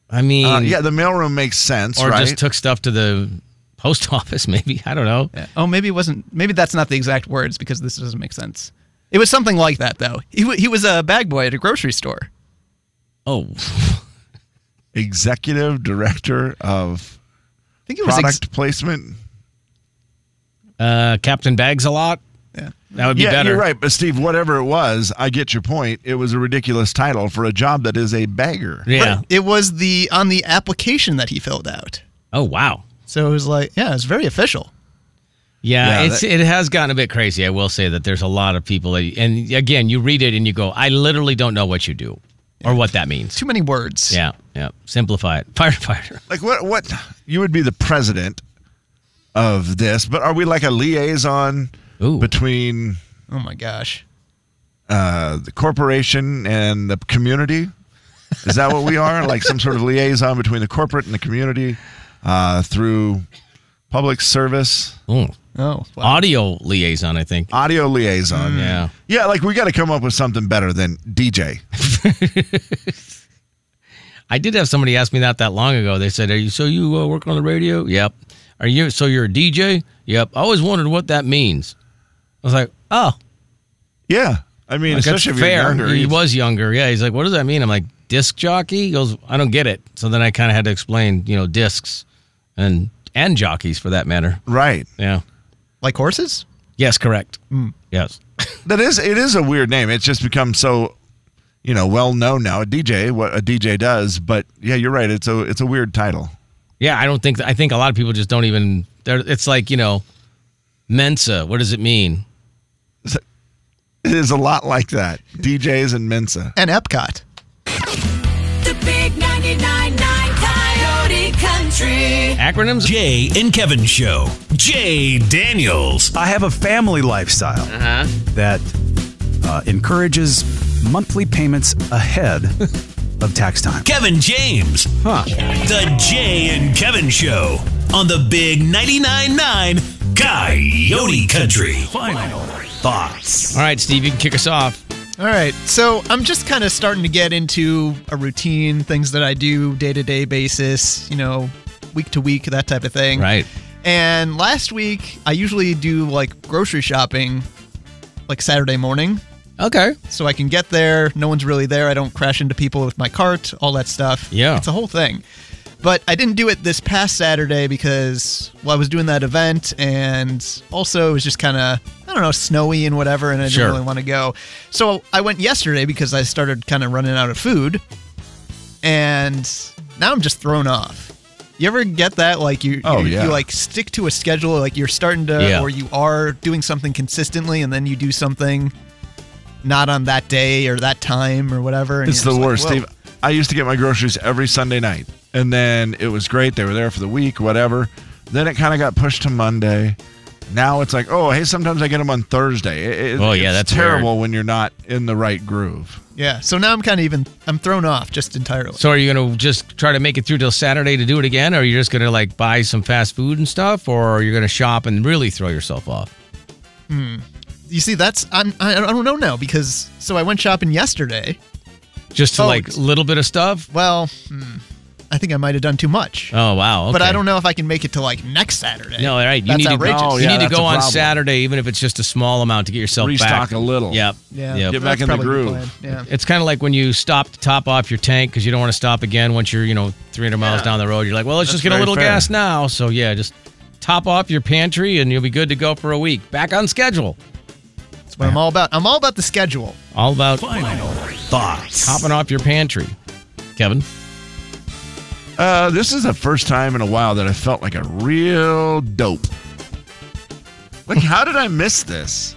Speaker 2: I mean,
Speaker 3: Uh, yeah, the mailroom makes sense,
Speaker 2: or
Speaker 3: right?
Speaker 2: just took stuff to the post *laughs* office. Maybe I don't know.
Speaker 4: Oh, maybe it wasn't. Maybe that's not the exact words because this doesn't make sense. It was something like that though. He w- he was a bag boy at a grocery store.
Speaker 2: Oh,
Speaker 3: Executive director of
Speaker 4: I think it was.
Speaker 3: product
Speaker 4: ex-
Speaker 3: placement.
Speaker 2: *laughs* uh, Captain Bags a lot.
Speaker 4: yeah.
Speaker 2: That would be
Speaker 3: yeah,
Speaker 2: better.
Speaker 3: you're right. But Steve, whatever it was, I get your point. It was a ridiculous title for a job that is a bagger.
Speaker 2: Yeah.
Speaker 4: Right. It was the on the application that he filled out.
Speaker 2: Oh wow.
Speaker 4: So it was like, yeah, it's very official.
Speaker 2: Yeah,
Speaker 3: Yeah,
Speaker 2: it's it has gotten a bit crazy. I will say that there's a lot of people, that, and again, you read it and you go, I literally don't know what you do or what that means.
Speaker 4: Too many words.
Speaker 2: Yeah, yeah. Simplify it. *laughs* Firefighter.
Speaker 3: Like what? What? You would be the president of this, but are we like a liaison
Speaker 2: Ooh.
Speaker 3: between
Speaker 4: Oh my gosh.
Speaker 3: uh, the corporation and the community? Is that what we are? like some sort of liaison between the corporate and the community uh, through public service,
Speaker 2: Ooh.
Speaker 4: Oh. Wow.
Speaker 2: Audio liaison, I think.
Speaker 3: audio liaison.
Speaker 2: Mm. Yeah.
Speaker 3: Yeah, like we got to come up with something better than DJ.
Speaker 2: I did have somebody ask me that that long ago. They said, "Are you so you uh, working on the radio?" Yep. Are you so you're a DJ? Yep. I always wondered what that means. I was like, "Oh,
Speaker 3: Yeah. I mean,
Speaker 2: like, that's
Speaker 3: especially if you're
Speaker 2: fair."
Speaker 3: younger,
Speaker 2: he
Speaker 3: you-
Speaker 2: was younger. Yeah. He's like, "What does that mean?" I'm like, "Disc jockey." He goes, "I don't get it." So then I kind of had to explain, you know, discs and and jockeys for that matter.
Speaker 3: right.
Speaker 2: Yeah.
Speaker 4: Like horses?
Speaker 2: Yes, correct.
Speaker 3: Hmm.
Speaker 2: Yes.
Speaker 3: That is it is a weird name. It's just become so you know, well known now. A DJ, what a DJ does, but yeah, you're right. It's a it's a weird title.
Speaker 2: Yeah, I don't think I think a lot of people just don't even. They're, it's like you know, Mensa. What does it mean?
Speaker 3: It is a lot like that. DJs and Mensa.
Speaker 4: And Epcot.
Speaker 6: The big 99.9 Coyote Country.
Speaker 2: Acronyms.
Speaker 7: Jay and Kevin Show. Jay Daniels.
Speaker 1: I have a family lifestyle that uh, encourages monthly payments ahead of tax time.
Speaker 7: Kevin James.
Speaker 2: Huh.
Speaker 7: The Jay and Kevin Show on the Big 99.9 Coyote Country. Final thoughts.
Speaker 2: All right, Steve, you can kick us off.
Speaker 4: All right. So I'm just kind of starting to get into a routine, things that I do day to day basis, you know, week to week, that type of thing.
Speaker 2: Right.
Speaker 4: And last week, I usually do like grocery shopping like Saturday morning.
Speaker 2: Okay.
Speaker 4: So I can get there. No one's really there. I don't crash into people with my cart, all that stuff.
Speaker 2: Yeah.
Speaker 4: It's a whole thing. But I didn't do it this past Saturday because, well, I was doing that event and also it was just kind of, I don't know, snowy and whatever, and I didn't
Speaker 2: Sure.
Speaker 4: really want to go. So I went yesterday because I started kind of running out of food and now I'm just thrown off. You ever get that? Like you,
Speaker 3: Oh,
Speaker 4: you,
Speaker 3: yeah.
Speaker 4: you like stick to a schedule, like you're starting to,
Speaker 2: Yeah.
Speaker 4: or you are doing something consistently, and then you do something not on that day or that time or whatever. and
Speaker 3: It's
Speaker 4: you're
Speaker 3: the
Speaker 4: just like,
Speaker 3: worst,
Speaker 4: "Whoa."
Speaker 3: Steve. I used to get my groceries every Sunday night, and then it was great. They were there for the week, whatever. Then it kind of got pushed to Monday. Now it's like, oh, hey, sometimes I get them on Thursday. It- it-
Speaker 2: Oh, yeah,
Speaker 3: it's
Speaker 2: that's
Speaker 3: terrible when you're not in the right groove.
Speaker 4: Yeah. So now I'm kind of even. I'm thrown off just entirely.
Speaker 2: So are you going to just try to make it through till Saturday to do it again, or are you just going to like buy some fast food and stuff, or are you going to shop and really throw yourself off?
Speaker 4: you see, that's I'm. I, I don't know now because so I went shopping yesterday.
Speaker 2: Just to
Speaker 4: Oh,
Speaker 2: like
Speaker 4: it's-
Speaker 2: little bit of stuff.
Speaker 4: Well, hmm, I think I might have done too much.
Speaker 2: Oh wow.
Speaker 4: But
Speaker 2: okay.
Speaker 4: I don't know if I can make it to like next Saturday.
Speaker 2: No, all right. You
Speaker 4: That's
Speaker 2: need to
Speaker 4: outrageous.
Speaker 3: Oh,
Speaker 2: you
Speaker 3: yeah,
Speaker 2: need to
Speaker 3: that's
Speaker 2: go
Speaker 3: a
Speaker 2: on
Speaker 3: problem.
Speaker 2: Saturday, even if it's just a small amount, to get yourself
Speaker 3: Restock
Speaker 2: back.
Speaker 3: a little.
Speaker 2: Yep.
Speaker 4: Yeah.
Speaker 2: Yep.
Speaker 3: Get back
Speaker 4: That's
Speaker 3: in the
Speaker 4: probably a good
Speaker 3: groove.
Speaker 4: plan. Yeah.
Speaker 2: It's kind of like when you stop to top off your tank because you don't want to stop again once you're, you know, 300 miles down the road. You're like, well, let's just get a
Speaker 3: very
Speaker 2: little
Speaker 3: fair.
Speaker 2: gas now. So, yeah, just top off your pantry and you'll be good to go for a week. Back on schedule.
Speaker 4: That's what I'm all about. I'm all about the schedule.
Speaker 2: All about
Speaker 7: Final thoughts.
Speaker 2: topping off your pantry. Kevin?
Speaker 3: Uh, this is the first time in a while that I felt like a real dope. Like, how did I miss this?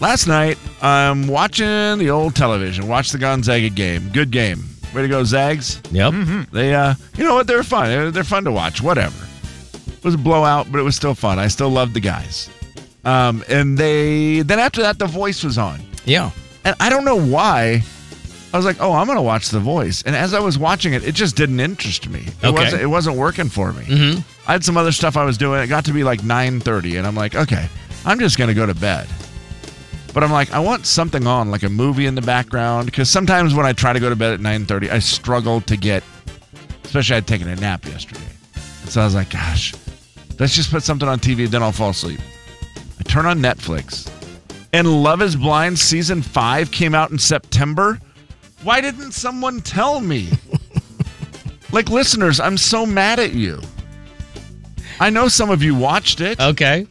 Speaker 3: Last night, I'm watching the old television, watch the Gonzaga game. Good game. Way to go, Zags.
Speaker 2: Yep.
Speaker 3: They, uh, you know what? They're fun. They're, they're fun to watch. Whatever. It was a blowout, but it was still fun. I still loved the guys. Um, and they then after that, The Voice was on,
Speaker 2: Yeah.
Speaker 3: and I don't know why. I was like, oh, I'm gonna watch The Voice, and as I was watching it, it just didn't interest me. It
Speaker 2: Okay.
Speaker 3: wasn't. It wasn't working for me.
Speaker 2: Mm-hmm.
Speaker 3: I had some other stuff I was doing. It got to be like 9:30 and I'm like, "Okay, I'm just going to go to bed." But I'm like, I want something on like a movie in the background cuz sometimes when I try to go to bed at 9:30, I struggle to get especially I'd taken a nap yesterday. And so I was like, "Gosh, let's just put something on TV then I'll fall asleep." I turn on Netflix. And Love is Blind season 5 came out in September. Why didn't someone
Speaker 2: *laughs*
Speaker 3: tell me? like listeners, I'm so mad at you. I know some of you watched it.
Speaker 2: Okay.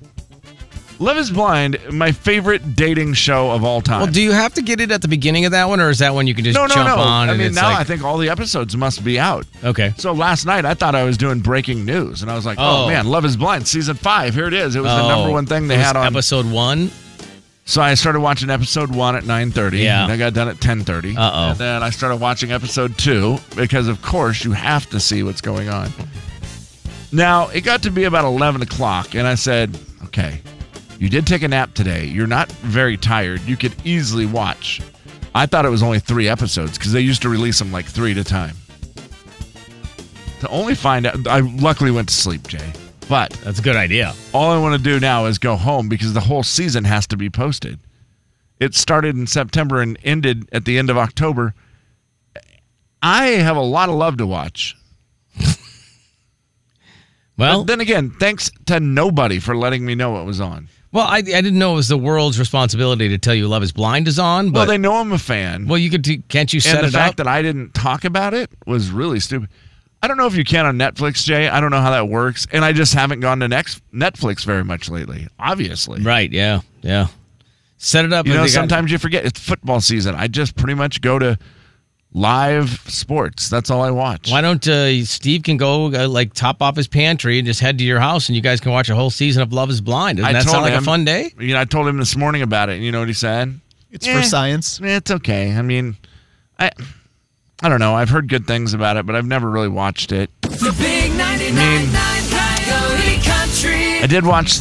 Speaker 3: Love is Blind, my favorite dating show of all time.
Speaker 2: Well, do you have to get it at the beginning of that one, or is that one you can just
Speaker 3: no, no,
Speaker 2: jump
Speaker 3: no.
Speaker 2: on?
Speaker 3: I
Speaker 2: and
Speaker 3: mean,
Speaker 2: it's
Speaker 3: now I
Speaker 2: like,
Speaker 3: think all the episodes must be out.
Speaker 2: okay.
Speaker 3: So last night I thought I was doing breaking news, and I was like, "Oh,
Speaker 2: Oh.
Speaker 3: man, Love is Blind season five, here it is." It was the number
Speaker 2: Oh,
Speaker 3: one thing they
Speaker 2: it was
Speaker 3: had on.
Speaker 2: episode one.
Speaker 3: so I started watching episode one at nine thirty.
Speaker 2: Yeah.
Speaker 3: and I got done at ten thirty.
Speaker 2: Uh-oh.
Speaker 3: And then I started watching episode two because, of course, you have to see what's going on. Now it got to be about eleven o'clock, and I said, "Okay, You did take a nap today. You're not very tired. You could easily watch. I thought it was only three episodes because they used to release them like three at a time. To only find out, I luckily went to sleep, Jay. But
Speaker 2: That's a good idea.
Speaker 3: all I want to do now is go home because the whole season has to be posted. It started in September and ended at the end of October. I have a lot of love to watch.
Speaker 2: Well,
Speaker 3: But then again, thanks to nobody for letting me know what was on.
Speaker 2: well, I, I didn't know it was the world's responsibility to tell you Love Is Blind is on, but
Speaker 3: Well, they know I'm a fan.
Speaker 2: well, you could do, can't you set
Speaker 3: and the
Speaker 2: it
Speaker 3: fact
Speaker 2: up?
Speaker 3: that I didn't talk about it was really stupid. I don't know if you can on Netflix, Jay. I don't know how that works, and I just haven't gone to next Netflix very much lately. Obviously,
Speaker 2: right? Yeah, yeah. Set it up.
Speaker 3: you
Speaker 2: and
Speaker 3: know,
Speaker 2: they got-
Speaker 3: sometimes you forget it's football season. I just pretty much go to live sports. That's all I watch.
Speaker 2: Why don't uh, Steve can go uh, like top off his pantry and just head to your house, and you guys can watch a whole season of Love Is Blind. Doesn't
Speaker 3: I
Speaker 2: that
Speaker 3: told
Speaker 2: sound like
Speaker 3: him-
Speaker 2: a fun day?
Speaker 3: You know, I told him this morning about it, and you know what he said?
Speaker 4: It's
Speaker 3: Eh.
Speaker 4: for science.
Speaker 3: It's okay. I mean, I, I don't know. I've heard good things about it, but I've never really watched it.
Speaker 6: The big 99.9 Coyote Country.
Speaker 3: I did watch